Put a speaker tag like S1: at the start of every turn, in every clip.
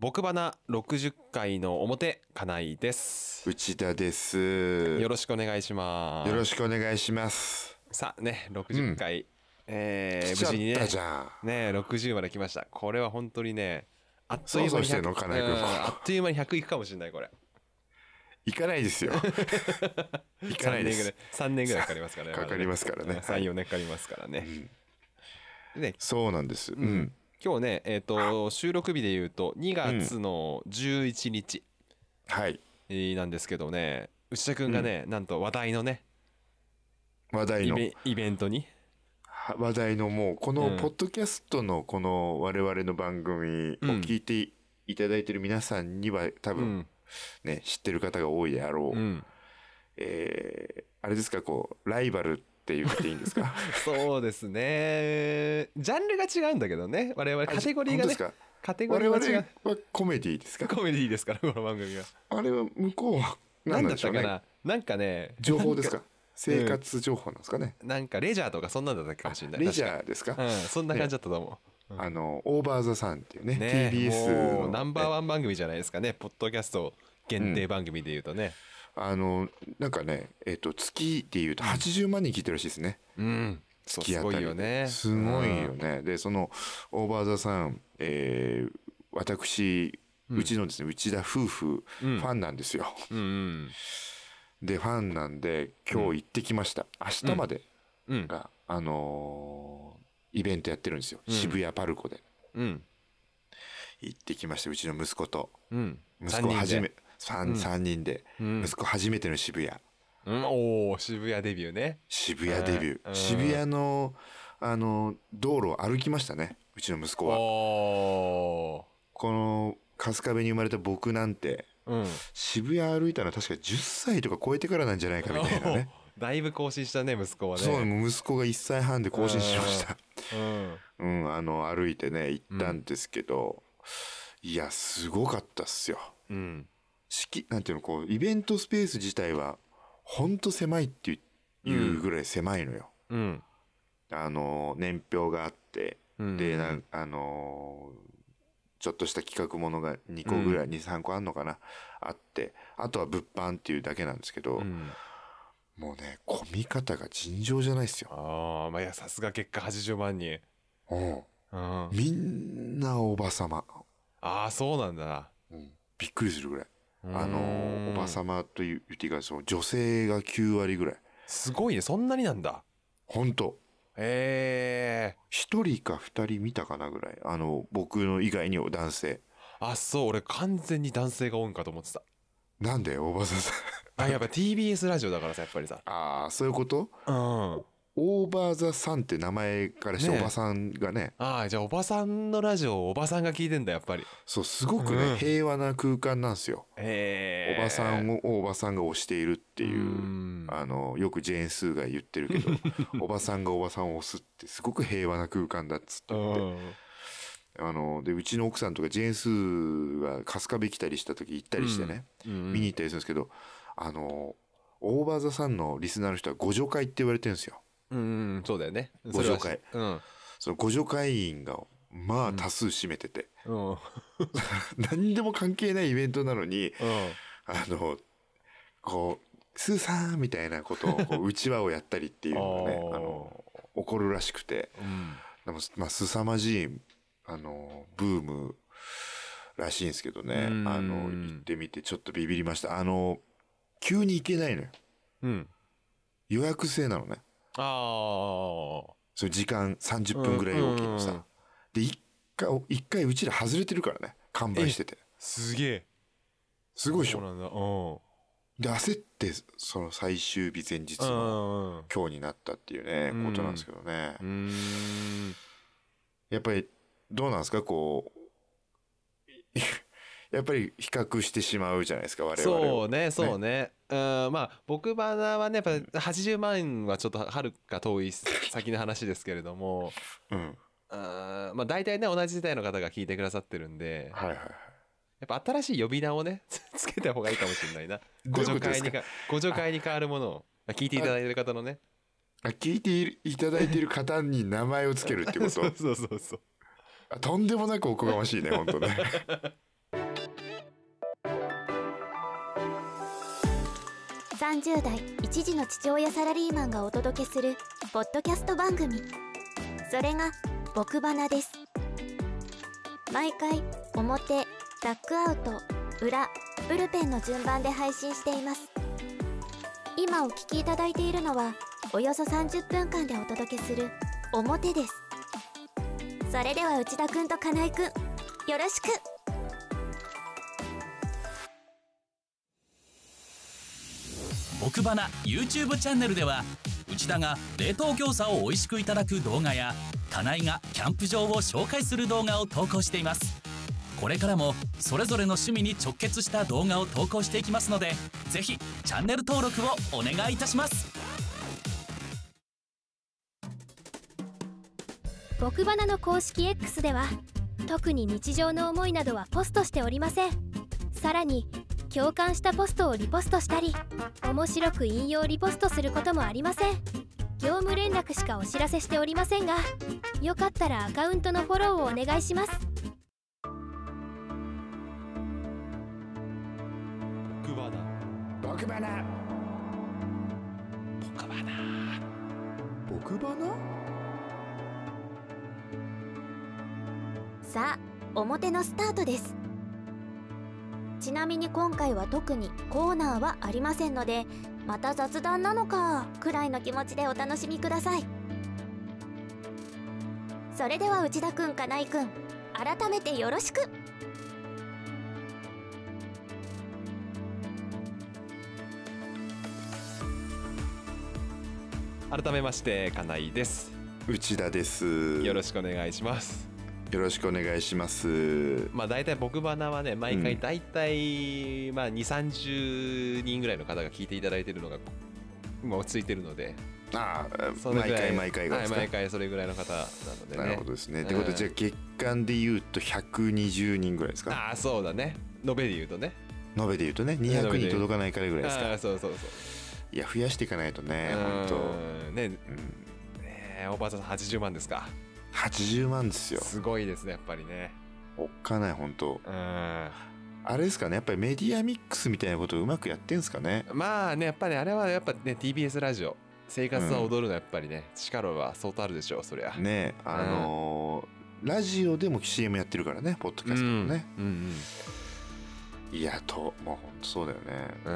S1: 僕花60回の表金井です
S2: 内田です。よ
S1: よろしくお願いします
S2: ろしくお願いします。
S1: さあね60回、えー
S2: 来ちゃ
S1: 無
S2: っ
S1: 事にね
S2: たじゃん。
S1: ね60まで来ましたこれは本当にねあっという間
S2: そうそう
S1: に
S2: して
S1: 100
S2: んの金井君
S1: うんあっという間に100いくかもしれないこれ
S2: 行かな いですよ。行かないです。
S1: 3年ぐらい3年ぐらいかかりますからね
S2: かかりますから ね
S1: 34年かかりますからね、でね
S2: そうなんです。うん。
S1: 今日ねえっ、と収録日で言うと2月の11日
S2: はい。
S1: なんですけどね内田君がね、なんと話題のね
S2: 話題
S1: イ
S2: の、
S1: ベイベントに
S2: は話題のもう、こ
S1: う
S2: の
S1: ん
S2: ポッドキャストのこの我々の番組を聞いていただいてる皆さんには多
S1: うん
S2: 分ね、知ってる方が多いであろ
S1: う
S2: う。
S1: ん
S2: えー、あれですか、こう、ライバルって言っていいんで すか
S1: そうですねジャンルが違うんだけどね我々カテゴリーが
S2: 本当で
S1: ね
S2: すか
S1: カテゴリ
S2: 我
S1: ー
S2: 々
S1: が違う
S2: はコメディですか
S1: コメディーですからこ の番組は
S2: あれは向こうは
S1: 何
S2: 何なん
S1: だ
S2: で
S1: っ
S2: し
S1: た
S2: ょう
S1: か
S2: ね。
S1: ななんかね
S2: 情報ですか生活情報なんですかね、
S1: なんかレジャーとかそんなんだったかもしれない
S2: レジャーですか、
S1: 確かうんそんな感じだったと思う
S2: あのオーバー・ザ・サンっていうね
S1: ねえ
S2: TBS
S1: も
S2: の
S1: うナンバーワン番組じゃないですかねポッドキャスト限定番組で言うとね
S2: あのなんかねえっ、と月でいうと80万人聞いてるらしいですね、
S1: うんそう
S2: 月
S1: す
S2: あ
S1: ご
S2: た
S1: い
S2: り
S1: よね
S2: すごいよね、でそのオーバー・ザ・サン、えー私うちのですね、内田夫婦、
S1: うん
S2: ファンなんですよ
S1: うんうん
S2: でファンなんで今日行ってきました、明日まで
S1: うん
S2: が、あのーイベントやってるんですよ、渋谷パルコで
S1: うん
S2: 行ってきましたうちの息子と
S1: うん
S2: 息子初め
S1: で
S2: 三3人で、
S1: うん
S2: 息子初めての渋谷
S1: うんおお渋谷デビューね
S2: 渋谷デビュー、
S1: うん
S2: 渋谷のあの道路を歩きましたねうちの息子
S1: お
S2: は
S1: お
S2: この春日部に生まれた僕なんて
S1: ーうん
S2: 渋谷歩いたのは確か10歳とか超えてからなんじゃないかみたいなね
S1: おー だいぶ更新したね息子はね
S2: そうもう息子が1歳半で更新しました
S1: うん
S2: うんあの歩いてね行ったんですけど、いやすごかったっすよ
S1: うん
S2: 敷なんていうのこうイベントスペース自体はほんと狭いっていうぐらい狭いのよ、
S1: うん
S2: あの年表があって、
S1: うん
S2: でなんあのちょっとした企画ものが2個ぐらい、23個あんのかなあってあとは物販っていうだけなんですけど、
S1: うん
S2: もうね混み方が尋常じゃないですよ、
S1: ああまあいやさすが結果80万人
S2: う
S1: う
S2: ん
S1: んあ
S2: みんなおばさま、
S1: あそうなんだな
S2: うんびっくりするぐらいあ
S1: うー
S2: の
S1: ん
S2: おばさまという言っていいかその女性が9割ぐらい
S1: すごいねそんなになんだ
S2: ほんと
S1: ええ
S2: 1人か2人見たかなぐらいあの僕の以外にも男性
S1: あそう俺完全に男性が多いんかと思ってた
S2: なんでおばさん
S1: あやっぱ TBS ラジオだからさやっぱりさ
S2: ああそういうこと
S1: うんあ
S2: オーバー・ザ・サンって名前からして
S1: ねえ
S2: おばさんがね
S1: あじゃあおばさんのラジオをおばさんが聞いてんだやっぱり
S2: そうすごくね、
S1: うん
S2: 平和な空間なんですよ、
S1: ええ
S2: おばさん
S1: をっ
S2: をおばさんが推しているって
S1: て
S2: いう、
S1: うん
S2: あのよくジェーン・スーが言ってるけ どおばさんがおばさんを推すってすごく平和な空間だっつって
S1: う
S2: 言って、
S1: ん
S2: あのでうちの奥さんとかジェーン・スーが春日部来たりした時行ったりしてね、
S1: うん
S2: 見に行ったりするんですけどあのオーバー・ザ・サンのリスナーの人はご助会って言われてるんですよ
S1: うんうんそうだよね
S2: ご紹介
S1: それは
S2: そのご助会員がまあ多数占めてて、
S1: うんうん
S2: 何でも関係ないイベントなのに
S1: うん
S2: あのこう「スーさん」みたいなことを こううちわをやったりっていうのがね
S1: あー
S2: あの起こるらしくて
S1: うん
S2: でも、まあ、凄まじいあのブームらしいんですけどね
S1: うん
S2: あの行ってみてちょっとビビりましたあの急に行けないのよ
S1: うん
S2: 予約制なのね
S1: ああ
S2: その時間30分ぐらいおきの
S1: うん
S2: さで一回一回うちら外れてるからね完売してて
S1: すげえ
S2: すごいでし
S1: そう
S2: ょ
S1: なんだうん
S2: で焦ってその最終日前日
S1: う
S2: の
S1: んうん
S2: 今日になったっていうね
S1: うん
S2: ことなんですけどね、
S1: うんうん
S2: やっぱりどうなんですかこうい やっぱり比較してしまうじゃないですか我々を
S1: そうねそうねうんまあ僕バナーはねやっぱ80万はちょっとはるか遠い先の話ですけれども
S2: うん
S1: うんまあ大体ね同じ世代の方が聞いてくださってるんで
S2: はいはいはい
S1: やっぱ新しい呼び名をねつ つけた方がいいかもしれないな
S2: ど
S1: ご
S2: ういう
S1: 助
S2: ことで
S1: 会
S2: す
S1: に
S2: か
S1: かご助会に変わるものを聞いていただいてる方のね
S2: あ聞いているいただいている方に名前 をつけるってこと
S1: そうそうそうそう
S2: あとんでもなくおこがましいね本当ね
S3: 30代一児の父親サラリーマンがお届けするポッドキャスト番組それが「僕バナ」です毎回表ダックアウト裏ブルペンの順番で配信しています今お聞きいただいているのはおよそ30分間でお届けする「表」ですそれでは内田くんと金井くんよろしく
S4: 僕バナ YouTube チャンネルでは内田が冷凍餃子を美味しくいただく動画や金井がキャンプ場を紹介する動画を投稿していますこれからもそれぞれの趣味に直結した動画を投稿していきますのでぜひチャンネル登録をお願いいたします
S3: 僕バナの公式 X では特に日常の思いなどはポストしておりませんさらに共感したポストをリポストしたり面白く引用リポストすることもありません業務連絡しかお知らせしておりませんがよかったらアカウントのフォローをお願いします
S1: 僕バナ
S2: 僕バナ
S1: 僕バナ
S2: 僕バナ
S3: さあ表のスタートですちなみに今回は特にコーナーはありませんのでまた雑談なのかくらいの気持ちでお楽しみくださいそれでは内田くん金井くん改めてよろしく
S1: 改めまして金井です
S2: 内田です
S1: よろ
S2: し
S1: しくお願いします
S2: よろしくお願いします
S1: まあ大体僕バナはね毎
S2: う
S1: 回
S2: ん
S1: 大体まあ2 3 0人ぐらいの方が聞いていただいてるのがもうついてるので
S2: ああ
S1: それぐらい
S2: 毎回毎回が
S1: は
S2: で
S1: い
S2: すか
S1: 毎回それぐらいの方なのでね
S2: なるほどですね。
S1: うん
S2: ってことでじゃあ月間で言うと120人ぐらいですか
S1: ああそうだね延べで言うとね
S2: 延べで言うとね200に届かないからいぐらいです
S1: あ
S2: か
S1: あそうそうそう
S2: いや増やしていかないとね本当
S1: うんね
S2: うん
S1: ねおばあちゃん80万ですか
S2: 80万ですよ
S1: すごいですねやっぱりね
S2: おっかない本当
S1: うん
S2: あれですかねやっぱりメディアミックスみたいなことをうまくやってんですかね
S1: まあねやっぱりあれはやっぱね TBS ラジオ生活は踊るのやっぱりね、力は相当あるでしょうそりゃ
S2: ねあのーラジオでも CM やってるからねポッドキャストもね、
S1: うんうん
S2: いやともう本当そうだよね
S1: うん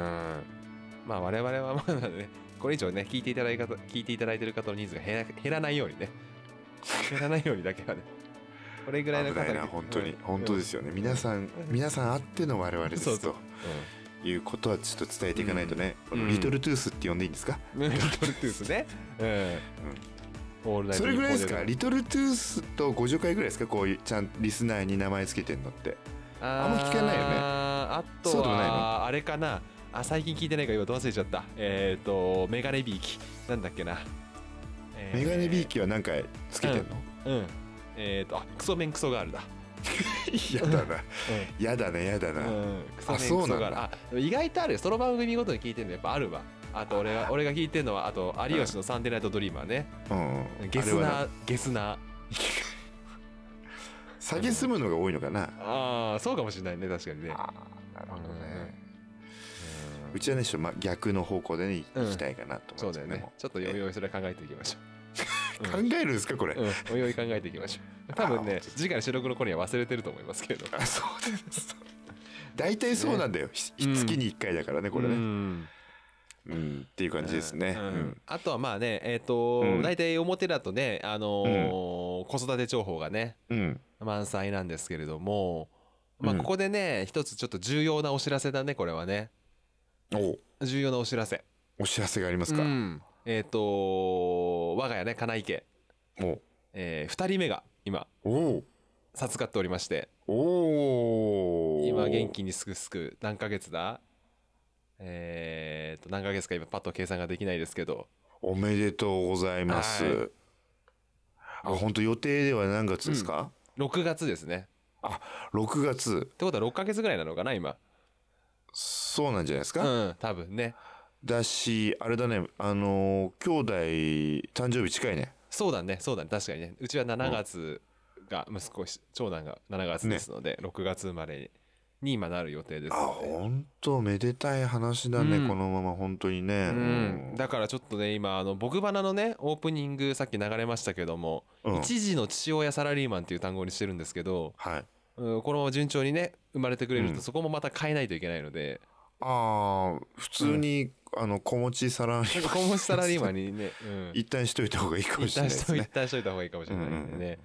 S1: まあ我々はまだね、これ以上ね、聞いていただいた聞いていただいてる方の人数が減ら減らないようにね。減らないようにだけはね。これぐらいの
S2: 危
S1: 方
S2: ない
S1: が
S2: な本当に、
S1: うん
S2: 本当ですよね皆さん皆さんあっての我々です
S1: そうそ
S2: と
S1: う
S2: いうことはちょっと伝えていかないとね、
S1: うん
S2: この
S1: うん
S2: リトルトゥースって呼んでいいんですか、
S1: うん。リトルトゥースね。うん。オールナイト
S2: それぐらいです
S1: ニッ
S2: か
S1: ポン
S2: リトルトゥースと50回ぐらいですかこういうちゃんリスナーに名前つけてんのって
S1: あー
S2: あんま聞かないよね
S1: あと
S2: そうでもない
S1: はあれかな。あ最近聞いてないから今どう忘れちゃった。えっ、とメガネビーキなんだっけな。えー
S2: メガネビーキは何かつけてんの、
S1: うん。えっ、とあクソメンクソガールだ。
S2: 嫌やだなやだねやだな、
S1: うんクソメン
S2: あそうなんだ
S1: クソガールあでも意外とあるよその番組ごとに聞いてるのやっぱあるわあと俺が俺が聞いてるのはあと有吉の「サンデーナイトドリーマーね」
S2: うんうん、
S1: ゲス
S2: あれは
S1: なゲスな
S2: 下げむのが多いのかな
S1: ああそうかもしれないね確かにね
S2: あーなるほどねうちはねちょっとま逆の方向でね
S1: うん
S2: 行きたいかなと
S1: そ
S2: 思
S1: う
S2: うん
S1: だよ
S2: ですけど
S1: ねちょっとよいよいそれ考えていきましょ
S2: え
S1: う
S2: 考えるんですかこれ、
S1: う、うん、おいおい考えていきましょう多分ね
S2: あ
S1: 次回の収録の頃には忘れてると思いますけれど
S2: あそうです大体そうなんだよ、ひ
S1: うん
S2: 月に1回だからねこれね、うん
S1: ね
S2: っていう感じですね、
S1: う
S2: うんん
S1: あとはまあねえっ、と、
S2: うん
S1: 大体表だとねあのー子育て情報がね
S2: うん
S1: 満載なんですけれども、まあ、
S2: うん
S1: ここでね、一つちょっと重要なお知らせだねこれはね
S2: お
S1: 重要なお知らせ
S2: お知らせがありますか、
S1: うんえっ、と我が家ね金井家、
S2: お
S1: え2人目が今
S2: お
S1: 授かっておりまして
S2: おお
S1: 今元気にすくすく何ヶ月だえっ、と何ヶ月か今パッと計算ができないですけど
S2: おめでとうございます、
S1: はい
S2: あ本当予定では何月ですか、
S1: 6月ですね
S2: 6月
S1: ってことは6ヶ月ぐらいなのかな今
S2: そうなんじゃないです
S1: う
S2: か、
S1: ん多分ね
S2: だしあれだねあのー兄弟誕生日近いね
S1: そうだねそうだね確かにねうちは7月が息子し長男が7月ですので、6月生まれに今なる予定です
S2: あ
S1: ので、
S2: 本当めでたい話だね、
S1: うん
S2: このまま本当にね、
S1: うん、だからちょっとね今あの僕花のねオープニングさっき流れましたけども、
S2: うん
S1: 一時の父親サラリーマンっていう単語にしてるんですけど、
S2: はい
S1: うん、このまま順調にね生まれてくれると、
S2: うん
S1: そこもまた変えないといけないので
S2: ああ普通に、あの子持ちサラリー マン
S1: 今後サラリーマンにね、うん、
S2: 一旦しといた方がいいかも
S1: 一
S2: しれ
S1: 旦
S2: ないで
S1: しと
S2: す
S1: 一
S2: ね
S1: 旦しといた方がいいかもしれないんで
S2: うんうんう
S1: ね、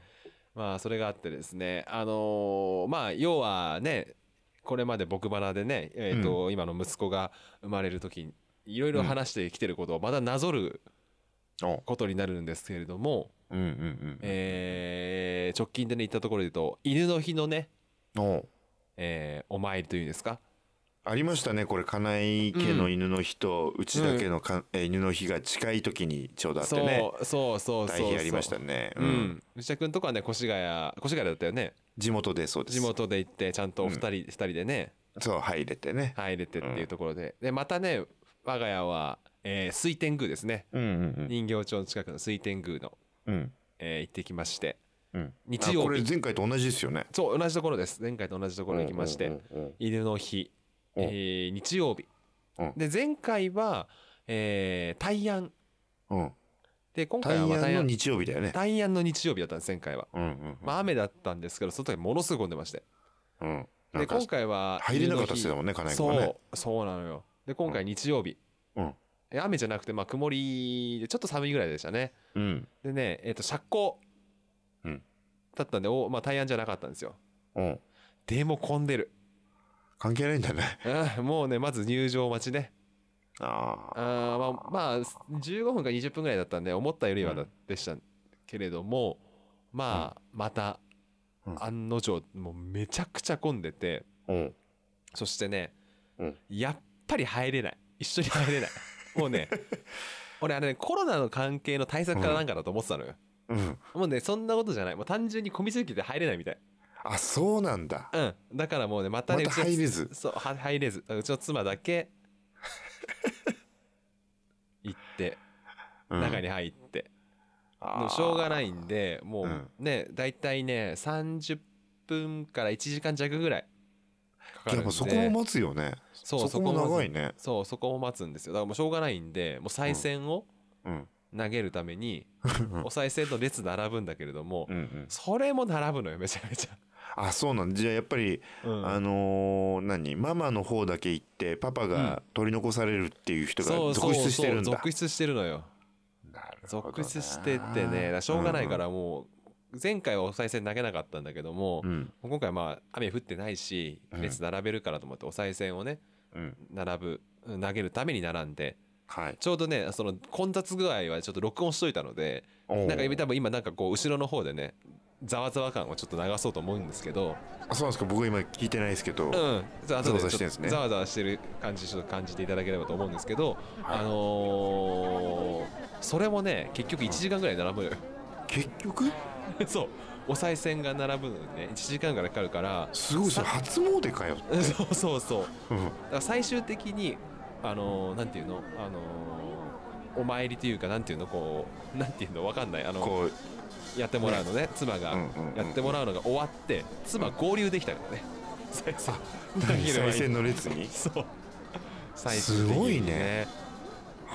S1: まあそれがあってですねあのーまあ要はねこれまで僕花でね、えーと今の息子が生まれる時にいろいろ話してきてることをまだなぞる
S2: お
S1: ことになるんですけれども、
S2: うんうんうん
S1: えー直近でね行ったところで言うと犬の日のね、
S2: お
S1: えーお参りというんですか
S2: ありましたねこれ金井家の犬の日と、うちだけのか、え犬の日が近い時にちょうどあってね
S1: そうそうそうそう
S2: 大
S1: そう
S2: 変ありましたね、
S1: うん、内田君とかはね越谷越谷だったよね
S2: 地元でそうで
S1: 地
S2: す
S1: 元で行ってちゃんとお二人、
S2: う
S1: 二人でね
S2: そう入れてね、
S1: 入れてっていうところで、でまたね我が家は、えー水天宮ですね、
S2: うんうん
S1: 人形町の近くの水天宮の、
S2: うんうん
S1: えー行ってきまして
S2: うん
S1: 日
S2: あ
S1: 曜
S2: これ
S1: 日
S2: 前回と同じですよね
S1: そう同じところです前回と同じところに行きまして、
S2: うんうんうん
S1: 犬の日、
S2: うん
S1: えー日曜日、
S2: うん
S1: で前回は、えー、大安
S2: うんうん
S1: で今
S2: 大
S1: 回はまあ
S2: 安
S1: 大
S2: の
S1: 安
S2: 日曜日だよね
S1: 大安の日曜日だったんです前回は、
S2: うんうん
S1: まあ、雨だったんですけどその時ものすごい混んでまして
S2: うんな
S1: で
S2: んか
S1: 今回は
S2: 入れなかったっす
S1: 犬の日
S2: よね金井君
S1: そ
S2: がね
S1: うそうなのよで今回日曜日、
S2: うん
S1: え雨じゃなくてまあ曇りでちょっと寒いぐらいでしたね
S2: うん
S1: でねえっ、と車高
S2: うん
S1: だったんでおまあ大安じゃなかったんですよ
S2: うん
S1: でも混んでる
S2: 関係ないんだね
S1: あーもうねまず入場待ちね
S2: ああ
S1: あーまあ、まあ、15分か20分ぐらいだったんで思ったよりはだ
S2: うん
S1: でしたけれども、まあまた
S2: うん
S1: 案の定もうめちゃくちゃ混んでて
S2: うん
S1: そしてね、
S2: うん
S1: やっぱり入れない一緒に入 れないもうね俺あれねコロナの関係の対策からなんかだと思ってたのよ、
S2: うん
S1: もうねそんなことじゃないもう単純に混みすぎて入れないみたい
S2: あそうなんだ
S1: うんだからもうねまた
S2: ま
S1: ね
S2: た入れず
S1: そうは入れずうちの妻だ け行って
S2: うん
S1: 中に入って、
S2: あー
S1: もうしょうがないんでも
S2: うん
S1: うね大体ね30分から1時間弱ぐらいかか
S2: い
S1: るんで
S2: やもうそこも待つよね
S1: そう
S2: そこも
S1: そこも
S2: 長いね
S1: そうそこも待つんですよだからもうしょうがないんでもう再選を
S2: うん
S1: 投げるために、お再選の列並ぶんだけれども、
S2: うんうん
S1: それも並ぶのよめちゃめちゃ、
S2: あそうなんだじゃあやっぱり
S1: うん
S2: あのー何ママの方だけ行ってパパが取り残されるっていう人が続出してるんだ
S1: 続出してるのよ
S2: なるほど
S1: 続
S2: な
S1: 出してってねだからしょうがないからもう前回はお賽銭投げなかったんだけども、
S2: うん
S1: 今回まあ雨降ってないし
S2: うん
S1: 列並べるからと思ってお賽銭をね
S2: うん
S1: 並ぶうん投げるために並んで
S2: はい
S1: ちょうどねその混雑具合はちょっと録音しといたので
S2: おー
S1: なんか多分今なんかこう後ろの方でねざわざわ感をちょっと流そうと思うんですけど
S2: あそうなんですか僕は今聞いてないですけど、
S1: うんざわ
S2: ざ
S1: ちょ
S2: わざ
S1: っ
S2: わ
S1: と
S2: してるんですね
S1: ざわざわしてる感じちょっと感じていただければと思うんですけどあのーそれもね結局1時間ぐらい並ぶの よ
S2: 結局
S1: そうお賽銭が並ぶのにね1時間ぐらいかかるから
S2: すごいそれ初詣かよ、
S1: そうそうそう
S2: うん、
S1: だから最終的にあのーなんていうのあのーお参りというかなんていうのこうなんていうのわかんないあの
S2: こ
S1: やってもらうのね妻が
S2: うんうんうん
S1: やってもらうのが終わって妻合流できたからね再生
S2: う再生の列に
S1: そう最終
S2: す
S1: 的に
S2: ごいね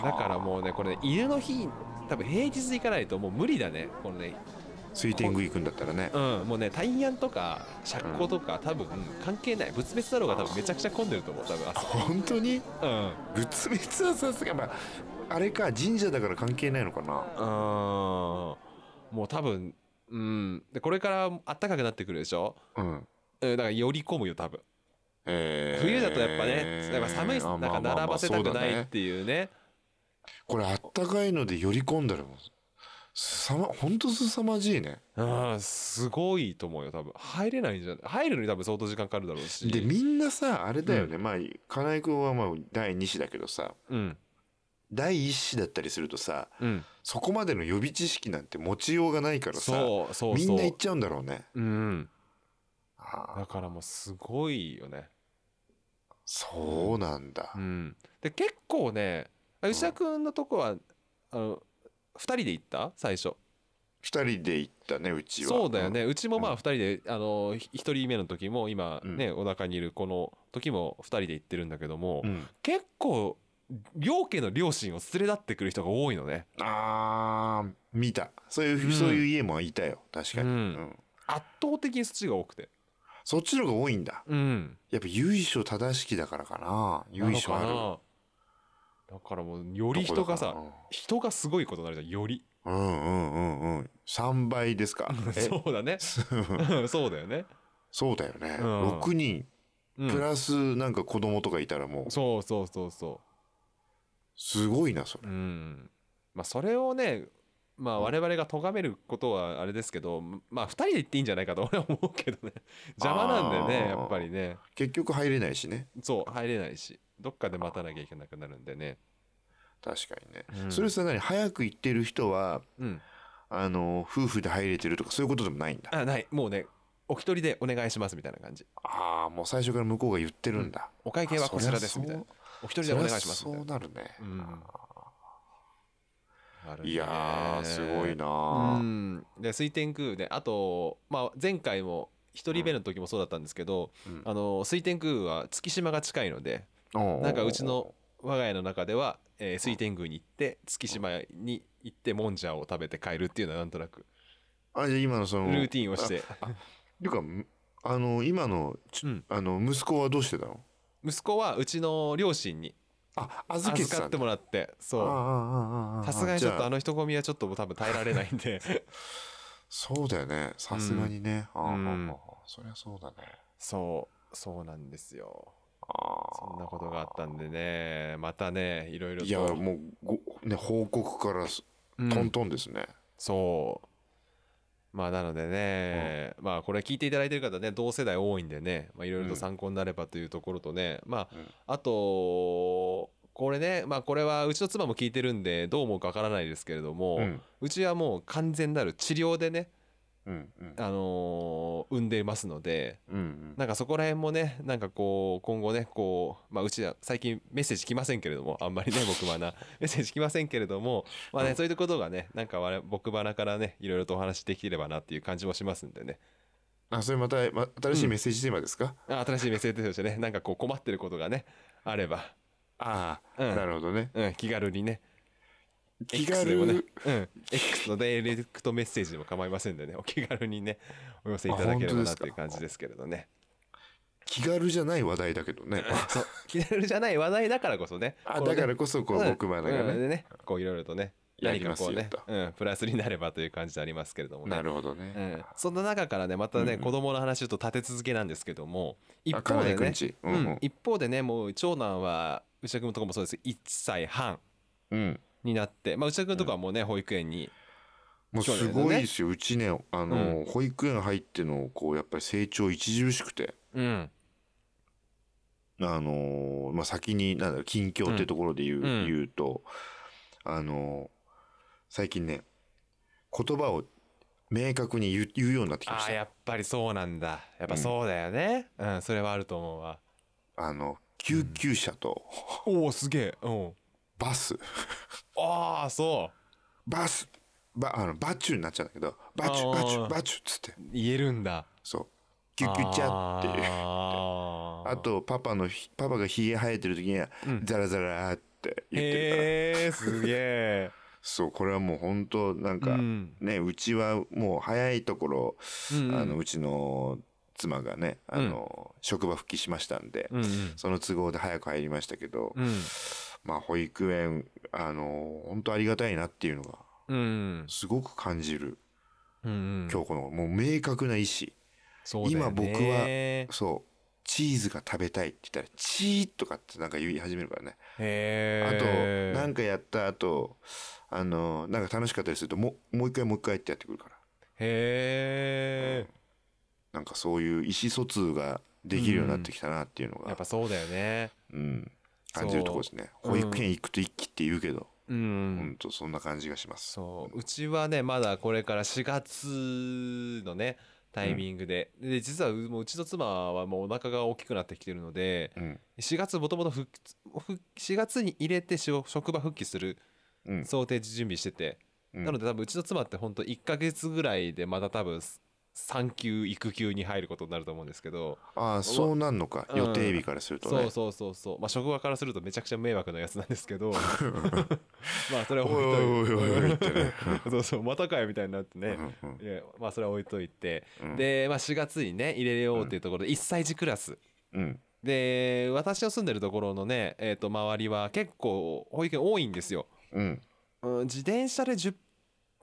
S1: だからもうねこれね犬の日多分平日行かないともう無理だねこのね
S2: 水天宮行くんだったらね
S1: うんもうね大安とか釈光とか多分関係ない仏滅だろうが多分めちゃくちゃ混んでると思う多分あそこ
S2: 本当に
S1: うん
S2: 仏滅はさすがまああれか神社だから関係ないのかな
S1: うーんもう多分、うん、でこれから暖かくなってくるでしょ
S2: うん
S1: うんだからより混むよ多分
S2: えー
S1: 冬だとやっぱね、やっぱ寒い
S2: あ
S1: なん
S2: まあ
S1: か
S2: まあまあ
S1: 並ばせたく
S2: そうだ
S1: な
S2: ね
S1: いっていうね
S2: これあったかいので寄り込んだらもうすさま本当すさまじいね
S1: うんすごいと思うよ多分入れないんじゃない入るのに多分相当時間かかるだろうし
S2: でみんなさあれだよね、まあ金井君はまあ第2子だけどさ
S1: うん
S2: 第1子だったりするとさ
S1: うん
S2: そこまでの予備知識なんて持ちようがないからさ
S1: そうそうそう
S2: みんな行っちゃうんだろうね
S1: うん
S2: ああ
S1: だからもうすごいよね
S2: そうなんだ、
S1: うんで結構ねあ内田君のとこはあの2人で行った最初
S2: 二人で行ったねうちは
S1: そうだよね、
S2: ん
S1: うちもまあ2人で、あのひ一人目の時も今ね、お腹にいるこの時も2人で行ってるんだけども、
S2: うん
S1: 結構両家の両親を連れ立ってくる人が多いのね
S2: あー見たそういう、
S1: うん
S2: そういう家もいたよ確かに、
S1: うん
S2: うん
S1: 圧倒的にそっちが多くて
S2: そっちの方が多いんだ
S1: うん
S2: やっぱ由緒正しきだからかな由緒あ
S1: な
S2: る
S1: のかなだからもうより人がさ
S2: どこだか
S1: 人がすごいことになるじゃんより
S2: なうんうんうんうん3倍で すかえ
S1: そう だねうんそうだよね、
S2: そうだよね、
S1: うん
S2: 6人
S1: うん
S2: プラスなんか子供とかいたらもう
S1: そうそうそうそ
S2: すごいなそれ
S1: ううんまあそれをねまあ我々が咎めることはあれですけどまあ2人で行っていいんじゃないかと 俺は思うけどね邪魔なんでね
S2: あー
S1: やっぱりね
S2: 結局入れないしね
S1: そう入れないしどっかで待たなきゃいけなくなるんでね
S2: 確かにね、
S1: うん
S2: それさ何早く行ってる人は
S1: うん
S2: あの夫婦で入れてるとかそういうことでもないんだ
S1: あないもうねお一人でお願いしますみたいな感じ
S2: ああもう最初から向こうが言ってるんだ、
S1: お会計はこちらですみたいな
S2: あ
S1: お一人
S2: そ
S1: で
S2: りゃ
S1: お
S2: そう
S1: 願いしますみ
S2: そ
S1: たいうな
S2: なるね、
S1: あるね
S2: いやーすごいな
S1: う
S2: ー
S1: んで水天宮であと、まあ、前回も一人目の時もそうだったんですけど、
S2: うん
S1: あの水天宮は月島が近いのでなんかうちの我が家の中では、えー水天宮に行って月島に行ってもんじゃを食べて帰るっていうのはなんとなく
S2: あじゃあ今のその
S1: ルーティンをし
S2: あ
S1: て
S2: ていうかむあの今のち
S1: うん
S2: あの息子はどうしてたの
S1: 息子はうちの両親に
S2: あ預けて
S1: 預
S2: た
S1: かってもらってそ
S2: ら
S1: うさすがにちょっとあ
S2: の
S1: の人混みはちょっともう多分耐えられないんで
S2: そうだよねさすがにね、あー
S1: うん
S2: あーあーそりゃそうだね
S1: そうそうなんですよ
S2: あ
S1: そんなことがあったんでねまたねいろいろ
S2: ー
S1: と
S2: いやもうご、ね、報告からす
S1: うん
S2: トントンですね、
S1: そうまあなのでね、まあこれ聞いていただいてる方ね同世代多いんでねまあいろいろと参考になればというところとね、まあ、
S2: うん
S1: あとこれねまあこれはうちの妻も聞いてるんでどう思うかわからないですけれども、
S2: う
S1: うんちはもう完全なる治療でね、
S2: うんうん
S1: あのー産んでいますので。
S2: うん
S1: なんかそこら辺もねなんかこう今後ねこうまあうちは最近メッセージ来ませんけれどもあんまりね僕は なメッセージ来ませんけれどもまあねそういうことがねなんか我々僕花からねいろいろとお話しできればなっていう感じもしますんでね
S2: あそれまた、ま、新しいメッセージテーマですか、
S1: あ新しいメッセージとしてねなんかこう困ってることがねあれば、
S2: ああ、
S1: うん
S2: なるほどね
S1: うん、気軽にね
S2: 気
S1: X でもね
S2: 軽、
S1: うん X のダイレクトメッセージでも構いませんでねお気軽にねお寄せいただければなっていう感じですけれどね
S2: 気軽じゃない話題だけどね
S1: そう 気軽じゃない話題だからこそね
S2: あ
S1: この
S2: だ
S1: ね
S2: からこそこう僕までが
S1: うん
S2: ね、
S1: でねこういろいろとね
S2: や
S1: 何
S2: り
S1: か
S2: ます
S1: こ
S2: よ
S1: うね
S2: と、
S1: うん、プラスになればという感じでありますけれどもね
S2: なるほどね、
S1: うん、そんな中からねまたね、子供の話をちょっと立て続けなんですけども一方で
S2: 金井くん
S1: ね
S2: ち、う
S1: うん
S2: うん
S1: ん、一方でねもう長男は内田君のとこもそうです1歳半
S2: うん
S1: になって、まあ、内田君のとこはもうね、保育園に
S2: もうすごいですよ、うちねあの、保育園入ってのこうやっぱり成長著しくて
S1: うん
S2: あのーまあ、先になんだろう近況ってところで言
S1: う
S2: う,、
S1: ん
S2: 言うとあのー最近ね言葉を明確に言う言うようになってきま
S1: あ
S2: し
S1: あ
S2: た
S1: やっぱりそうなんだやっぱそうだよねうん、それはあると思うわ
S2: あの救急車と
S1: おおすげえうん
S2: バス、
S1: ああそ
S2: バスバあのバチューになっちゃうんだけどバチュ
S1: あー
S2: ーバチューバチューっつって
S1: う言えるんだ
S2: そう救急チャっていう
S1: あー
S2: あとパパのひパパがひげ生えてる時には、ザラザラって言ってるから
S1: へえすげえ
S2: そうこれはもう本当なんか、
S1: うん
S2: ねうちはもう早いところ、
S1: う
S2: うん
S1: うん
S2: あのうちの妻がねあの、職場復帰しましたんで、
S1: うん
S2: その都合で早く入りましたけど、
S1: うん
S2: まあ保育園あの本当ありがたいなっていうのが
S1: うん
S2: すごく感じる
S1: うん
S2: 今日このもう明確な意思
S1: そうだよね
S2: 今僕はそうチーズが食べたいって言ったら「チー」とかってなんか言い始めるからねあと
S1: へえ
S2: なん
S1: か
S2: かやった後あのなんか楽しかったりするともうもう一回もう一回ってやってくるから
S1: へ
S2: なんかそういう意思疎通ができるようになってきたなっていうの
S1: えやっ
S2: が
S1: ぱ、そうだよね
S2: うん、感じるところですね
S1: そう
S2: 保育園行くと一気って言うけど、
S1: うん、
S2: ほんとそんな感じがします
S1: そううちはねまだこれから4月のねタイミングで、で実はもううちの妻はもうお腹が大きくなってきてるので
S2: うん
S1: 4月もともと復帰復4月に入れてしょ職場復帰する
S2: うん
S1: 想定準備してて、
S2: うん
S1: なので多分うちの妻って本当1ヶ月ぐらいでまた多分産休育休に入ることになると思うんですけど、
S2: ああそうなんのか
S1: うん
S2: 予定日からすると
S1: そ
S2: ね
S1: うそうそうそうまあ職場からするとめちゃくちゃ迷惑なやつなんですけどまあそれは置いといて
S2: おいおいおいおいってね
S1: そうそうまたかよみたいになってね
S2: うんう
S1: い
S2: ん
S1: やまあそれは置いといて、
S2: うん
S1: で、まあ、4月にね入れようっていうところで1歳児クラス、
S2: うん
S1: で私の住んでるところのね、えー、と周りは結構保育園多いんですよ、
S2: うん
S1: うん、自転車で10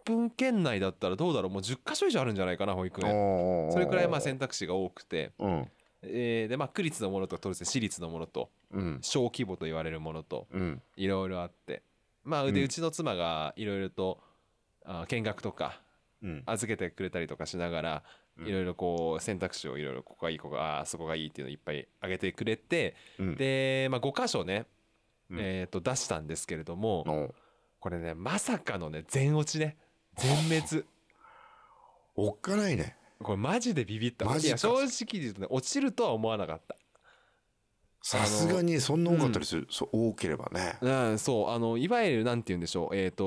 S1: 分圏内だったらどうだろうもう10箇所以上あるんじゃないかな保育園
S2: おー
S1: それくらいまあ選択肢が多くて、
S2: うん
S1: えーでまあ区立のものと都立私立のものと
S2: うん
S1: 小規模と言われるものと
S2: うん
S1: いろいろあってまあで
S2: うん
S1: うちの妻がいろいろとあ見学とか
S2: うん
S1: 預けてくれたりとかしながら
S2: うん
S1: いろいろこう選択肢をいろいろここがいいここがあーそこがいいっていうのをいっぱい上げてくれて
S2: うん
S1: で、まあ、5箇所ね、
S2: うん
S1: えー、と出したんですけれども、
S2: お
S1: これねまさかのね全落ちね全 滅
S2: おっかないね
S1: これマジでビビった
S2: マジか
S1: いや正直言うとね落ちるとは思わなかった
S2: さすがにそんな多かったりする、そう多ければね
S1: うん、そうあのいわゆるなんて言うんでしょうえっ、と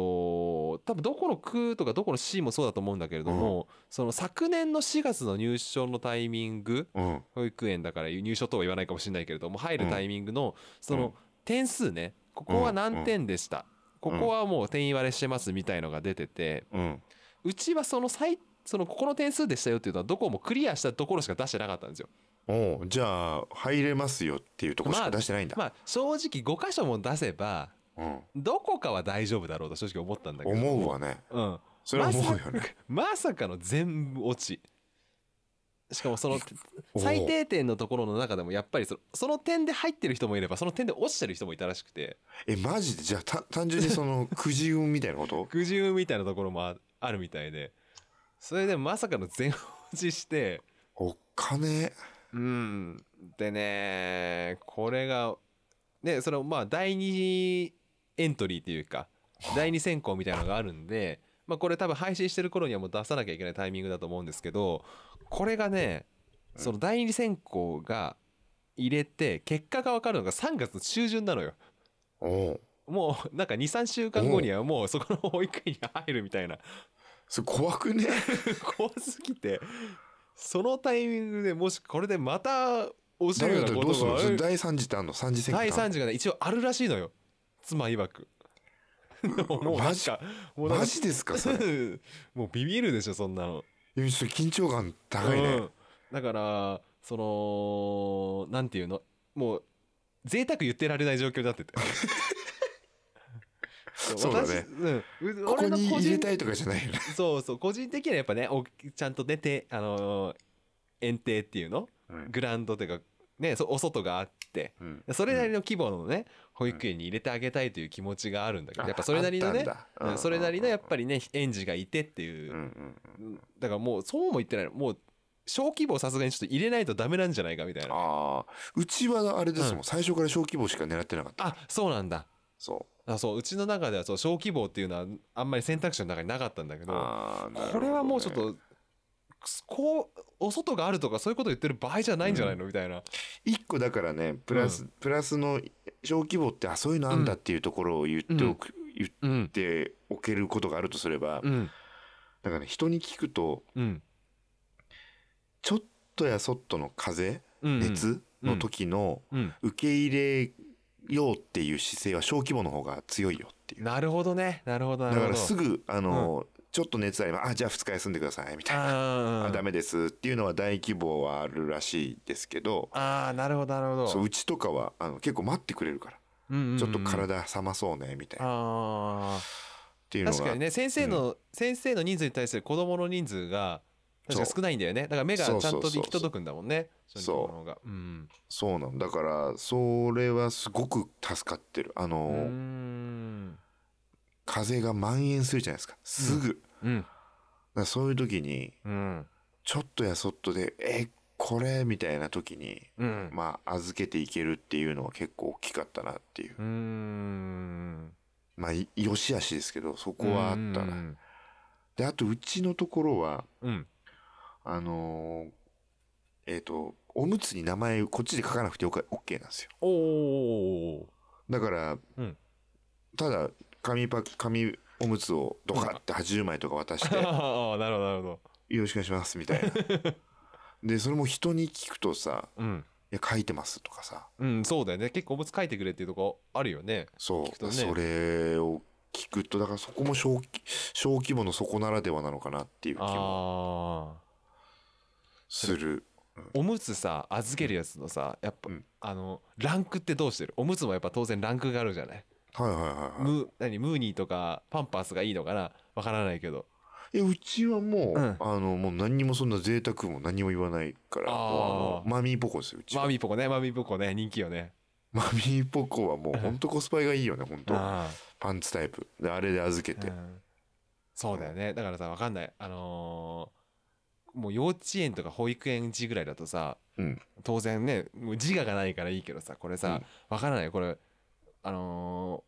S1: 多分どこの区とかどこの市もそうだと思うんだけれども、その昨年の4月の入所のタイミング
S2: うん
S1: 保育園だから入所とは言わないかもしれないけれども入るタイミングのそ
S2: うん
S1: の点数ねここは何点でした、
S2: ん
S1: ここはもう定員割れしてますみたいのが出てて
S2: うん
S1: うちはその最そのここの点数でしたよっていうのはどこもクリアしたところしか出してなかったんですよ。
S2: おうじゃあ入れますよっていうとこしか出してないんだ、
S1: まあ正直5箇所も出せば
S2: うん、
S1: どこかは大丈夫だろうと正直思ったんだけど
S2: 思うわね
S1: うん、
S2: それは思う
S1: ま
S2: よね
S1: さかまさかの全部落ちしかもその
S2: おう
S1: 最低点のところの中でもやっぱりそのその点で入ってる人もいればその点で落ちてる人もいたらしくて
S2: えマジでじゃあた単純にそ のくじ運みたいなこと
S1: 苦渋みたいなところもああるみたいでそれでまさかの全落ちして
S2: おっかね
S1: うんでねこれがねそれをまあ第2エントリーというか第2選考みたいなのがあるんで、まあ、これ多分配信してる頃にはもう出さなきゃいけないタイミングだと思うんですけどこれがねその第2選考が入れて結果が分かるのが3月中旬なのよ。
S2: おう
S1: もうなんか23週間後にはもうそこの保育園に入るみたいな
S2: それ怖く ね
S1: 怖すぎてそのタイミングでもしこれでまた落ち
S2: ダ
S1: る
S2: メ
S1: よ
S2: だ
S1: うな
S2: ったら
S1: こ
S2: どうす
S1: と
S2: る
S1: が
S2: の
S1: あ
S2: それ
S1: る
S2: 第3次ってあんの3次選
S1: 第
S2: 挙ってあん
S1: 3
S2: の
S1: 次がね一応あるらしいのよ妻曰 くでももうなんかもうなんか
S2: マジです かそれ
S1: もうビビるでしょそんなの、
S2: いやちょっと緊張感高いね、
S1: うんだからそのなんていうのもう贅沢言ってられない状況になって て
S2: そうだね
S1: 私うん、
S2: ここ
S1: 俺の
S2: に
S1: 個
S2: 入れ
S1: 人
S2: たいとかじゃないよね
S1: そうそう個人的にはやっぱねおちゃんと出てあのー園庭っていうの
S2: うん
S1: グラウンドというかねそお外があって
S2: うん
S1: それなりの規模のね保育園に入れてあげたいという気持ちがあるんだけど
S2: あ
S1: やっぱそれなりの
S2: あっ
S1: ね
S2: たんだうん
S1: うんそれなりのやっぱりね園児がいてって
S2: う
S1: い
S2: んう
S1: うん
S2: うん
S1: だからもうそうも言ってないもう小規模をさすがにちょっと入れないとダメなんじゃないかみたいな
S2: ああうちはあれですもん、
S1: うん
S2: 最初から小規模しか狙ってなかった
S1: あそうなんだ
S2: そ
S1: あそううちの中ではそう小規模っていうのはあんまり選択肢の中になかったんだけ
S2: う
S1: ど
S2: ああなるほどね
S1: これはもうちょっとこうお外があるとかそういうこと言ってる場合じゃないんじゃないのみたいな
S2: 一個だからねプラス、
S1: う
S2: プラスの小規模ってあそういうのあんだっていうところを言っておく、言っ
S1: うん
S2: ておけることがあるとすれば、
S1: うん
S2: だからね人に聞くと
S1: うん
S2: ちょっとやそっとの風
S1: うん
S2: 熱の時の
S1: うん
S2: 受け入れようっていう姿勢は小規模の方が強いよっていう
S1: なるほどねなるほどな
S2: だ
S1: る
S2: か
S1: ほ
S2: ら
S1: ど
S2: すぐあの、ちょっと熱あればあじゃあ2日休んでくださいみたいな
S1: あ
S2: あ
S1: ー
S2: ダメですっていうのは大規模はあるらしいですけど
S1: あーなるほどなるほど
S2: そううちとかはあの結構待ってくれるから、
S1: うんうんうん
S2: ちょっと体冷まそうねみたいなっ
S1: あ
S2: てい
S1: ー
S2: うの
S1: 確か
S2: が
S1: にね先生の、先生の人数に対する子供の人数が確かに少ないんだよねだから目がちゃん
S2: そうそ
S1: と
S2: うそうそう
S1: 行き届くんだもんね
S2: そう
S1: 小児の方がうん
S2: そうなのだからそれはすごく助かってるあの、
S1: うーん
S2: 風邪が蔓延するじゃないですかすぐ、だか
S1: うん
S2: らそういう時に
S1: うん
S2: ちょっとやそっとでえこれみたいな時に
S1: うん
S2: まあ預けていけるっていうのは結構大きかったなっていう
S1: うーん
S2: まあい良し悪しですけどそこはあった
S1: う
S2: なんであとうちのところは
S1: うん
S2: あのーえっ、とおむつに名前こっちで書かなくてよか OK なんですよ
S1: おお
S2: だから、
S1: うん、
S2: ただ紙パ紙おむつをドカって80枚とか渡して
S1: ああなるほどなるほど
S2: よろしくお願いしますみたいな。で、それも人に聞くとさ、
S1: うん
S2: いや、書いてますとかさ、
S1: うんそうだよね結構おむつ書いてくれっていうとこあるよね
S2: そう、
S1: 聞くとね
S2: それを聞くと、だからそこも小規小規模のそこならではなのかなっていう気も
S1: ああ
S2: する。
S1: おむつさ預けるやつのさやっぱ、
S2: うん
S1: あのランクってどうしてるおむつもやっぱ当然ランクがあるじゃない、
S2: はいはいはいはい
S1: ムー何ムーニーとかパンパースがいいのかなわからないけど。
S2: えうちはもう、
S1: うん
S2: あの、もう何にもそんな贅沢も何も言わないから、
S1: あー
S2: もうあのマミーポコですよ、うちは
S1: マミーポコねマミーポコね人気よね
S2: マミーポコはもうほんとコスパイがいいよね、ほんと。
S1: あ
S2: パンツタイプ。で、あれで預け
S1: あ、う
S2: て。
S1: ん、そうだよねだからさわかんないあのーもう幼稚園とか保育園児ぐらいだとさ
S2: うん。
S1: 当然ねもう自我がないからいいけどさこれさわ
S2: うん、
S1: からないこれあの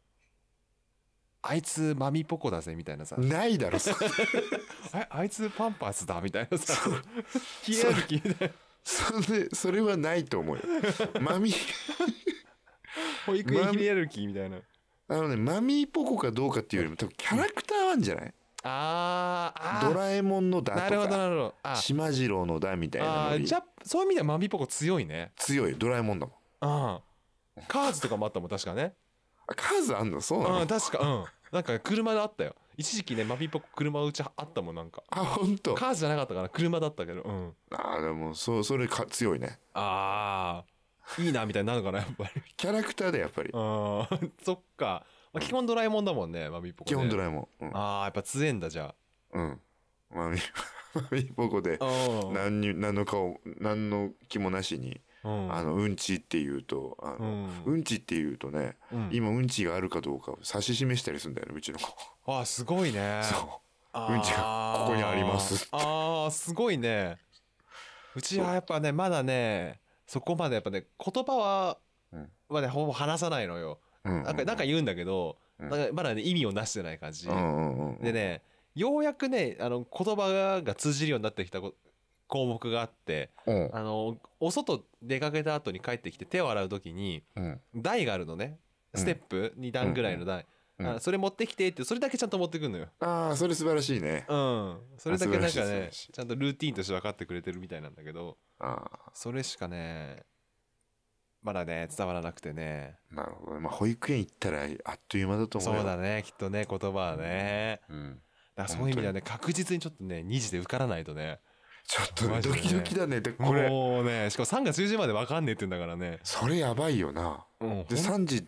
S1: ーあいつマミーポコだぜみたいなさ、
S2: ないだろ、 そ
S1: ああいつパンパースだみたいなさ冷え歩きみたいな
S2: それ、それはない と思うよ。マミー、
S1: 保育園冷え歩きみたいな
S2: あのね、マミーポコかどうかっていうよりも、多分キャラクターはあるんじゃない
S1: あーあー
S2: ドラえもんのだ
S1: なる
S2: と
S1: ほどなる
S2: か、
S1: ほど あ
S2: 島次郎のだみたい
S1: あ
S2: なの
S1: ー
S2: に
S1: じゃあそういう意味ではマミポコ強いね
S2: 強いよドラえもんだもん。
S1: うんカーズとかもあったもん確かね
S2: あ、数あんのそうな
S1: うん
S2: の
S1: 確かうんなんか車であったよ一時期ねマミポコ車うちあったもんなんか
S2: あ、ほんと。
S1: カーズじゃなかったから車だったけどうん
S2: あー、でも、そう、それか、強いね。
S1: ああいいなみたいになるかなやっぱり
S2: キャラクターだよ、やっぱり。
S1: うん そっか、まあ、基本ドラえもんだもんねマミポコ、ね、
S2: 基本ド
S1: え
S2: ラえもん。
S1: ああやっぱ強えんだじゃ
S2: うん。うん。マ ミー、マミーポコで
S1: あ、うん
S2: 何に、何の顔、何の気もなしに、
S1: うん
S2: あの、うんちって言うと、あ
S1: う
S2: の、
S1: ん
S2: うんちって言うとね、
S1: うん
S2: 今うんちがあるかどうかを指し示したりするんだよね、うちの子。
S1: あーすごいね
S2: そ
S1: あ
S2: う
S1: ー
S2: んちがここにあります
S1: あーすごいねうちはやっぱねまだねそこまでやっぱね言葉は
S2: うん
S1: まあねほぼ話さないのよ
S2: う。うんうん
S1: なんかなんか言うんだけど
S2: うん
S1: なんかまだね意味をなしてない感じ
S2: うんうんうん。
S1: でねようやくねあの言葉がが通じるようになってきたこ項目があって
S2: うん。
S1: あのお外出かけた後に帰ってきて手を洗う時に
S2: うん。
S1: 台があるのねステップ2段ぐらいの台
S2: うんうん
S1: あそれ持ってきてってそれだけちゃんと持ってくんのよ
S2: ああ、それ素晴らしいね。
S1: うん、それだけ
S2: あ
S1: なんから
S2: 素晴しい
S1: ね
S2: 素晴らしい
S1: ちゃんとルーティンとして分かってくれてるみたいなんだけど
S2: あ
S1: それしかねまだね伝わらなくてね
S2: あ、なるほどね。まあ、保育園行ったらあっという間だと思
S1: そう
S2: よ
S1: うだ。ねきっとね言葉はね
S2: うん。
S1: だからそういう意味ではね確実にちょっとね2時で受からないとね
S2: ちょっとね、
S1: マジ
S2: ド
S1: でね
S2: キドキだね。で、これ、
S1: もうねしかも3月中旬まで分かんねえって言うんだからね
S2: それやばいよな。
S1: うん
S2: で、3時っ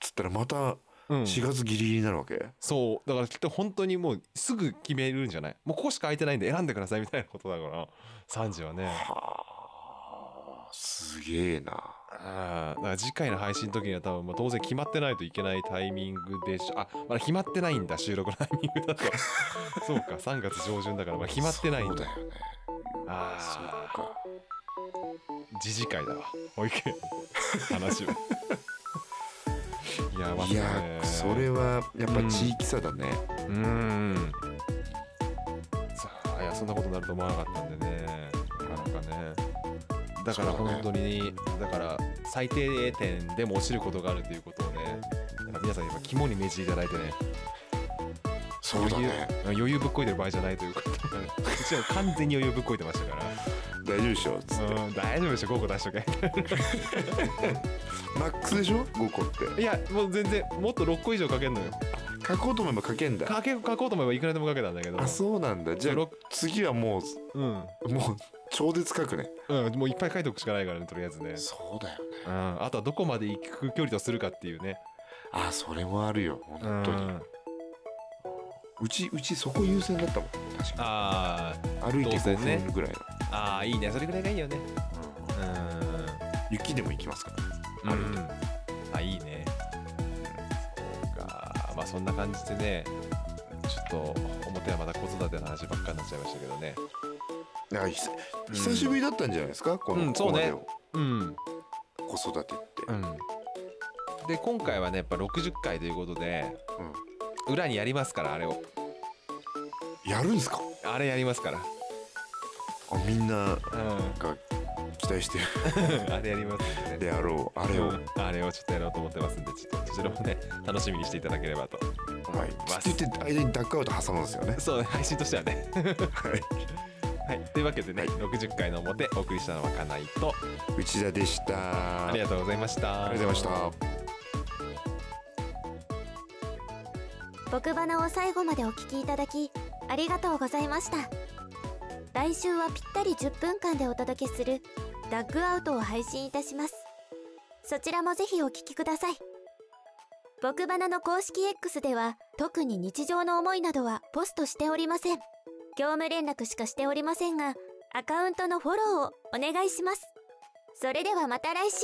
S2: つったらまた
S1: うん
S2: 4月ギリギリになるわけ。
S1: そうだからきっと本当にもうすぐ決めるんじゃないもうここしか空いてないんで選んでくださいみたいなことだから3時はね
S2: はあ、すげえな。
S1: ああ、だから次回の配信の時には多分もう当然決まってないといけないタイミングでしょ。あ、まだ決まってないんだ、収録のタイミング だと。そうか、3月上旬だからまだ決まってない
S2: そ
S1: ん
S2: う
S1: だ。
S2: だよね。そう
S1: ああ、
S2: か。
S1: 次次回だわ。保育園。話 は。いや、ま
S2: いや、それはやっぱ地域差だね。
S1: うーん。さあ、いや、そんなことになると思わなかったんでね。なかなかね。だから
S2: そうだね
S1: 本当に、だから最低点でも落ちることがあるということをね、なんか皆さん今肝に銘じていただいてね、
S2: そうだ
S1: 余
S2: ね。
S1: 裕余裕ぶっこいてる場合じゃない ということがね、うちは完全に余裕ぶっこいてましたから、
S2: 大丈夫でしょつって。
S1: うん、大丈夫でしょ、5個出しとけ。
S2: マックスでしょ ?5 個って。
S1: いや、もう全然、もっと6個以上かけるのよ。
S2: 書こうと思えば書けんだ。
S1: かけ書こうと思えばいくらでもかけたんだけど、
S2: あ、そうなんだ。じゃあ
S1: ろく、
S2: 次はも
S1: うん、
S2: う、もう、超絶書くね。
S1: うん、もういっぱい書いておくしかないからね、とりあえずね。
S2: そうだよね。
S1: うん、あとはどこまで行く距離とするかっていうね
S2: あ、それもあるよ。本当に。
S1: あ
S2: うち、うちそこ優先だったもん。確か
S1: あ
S2: に。歩いて
S1: 動線ね
S2: 5分ぐらいの。
S1: ーあーいいねそれぐらいがいいよね
S2: 雪でも行きますから。
S1: うんうんあいいねそうかまあそんな感じでねちょっと表はまた子育ての話ばっかりになっちゃいましたけどね
S2: あひさ久しぶりだったんじゃないですか、この、
S1: うんそうね
S2: こ
S1: うん
S2: こまでを子育てって、
S1: うんで今回はねやっぱ60回ということで
S2: うん
S1: 裏にやりますからあれを
S2: やるんですか
S1: あれやりますから
S2: あみんな
S1: うん
S2: が来期待してる
S1: あれやりますね
S2: であろうあれを、
S1: うんあれをちょっとやろうと思ってますんでちょっとそちらもね楽しみにしていただければと思
S2: はいい
S1: ます
S2: つって言って間にダックアウト挟むんですよね
S1: そうね配信としてはね
S2: はい
S1: はいというわけでね、
S2: はい
S1: 60回の表お送りしたのはかないと
S2: 内田でした
S1: ありがとうございました
S2: ありがとうございました
S3: 僕バナを最後までお聞きいただきありがとうございました来週はぴったり10分間でお届けするダッグアウトを配信いたしますそちらもぜひお聞きください僕バナの公式 X では特に日常の思いなどはポストしておりません業務連絡しかしておりませんがアカウントのフォローをお願いしますそれではまた来週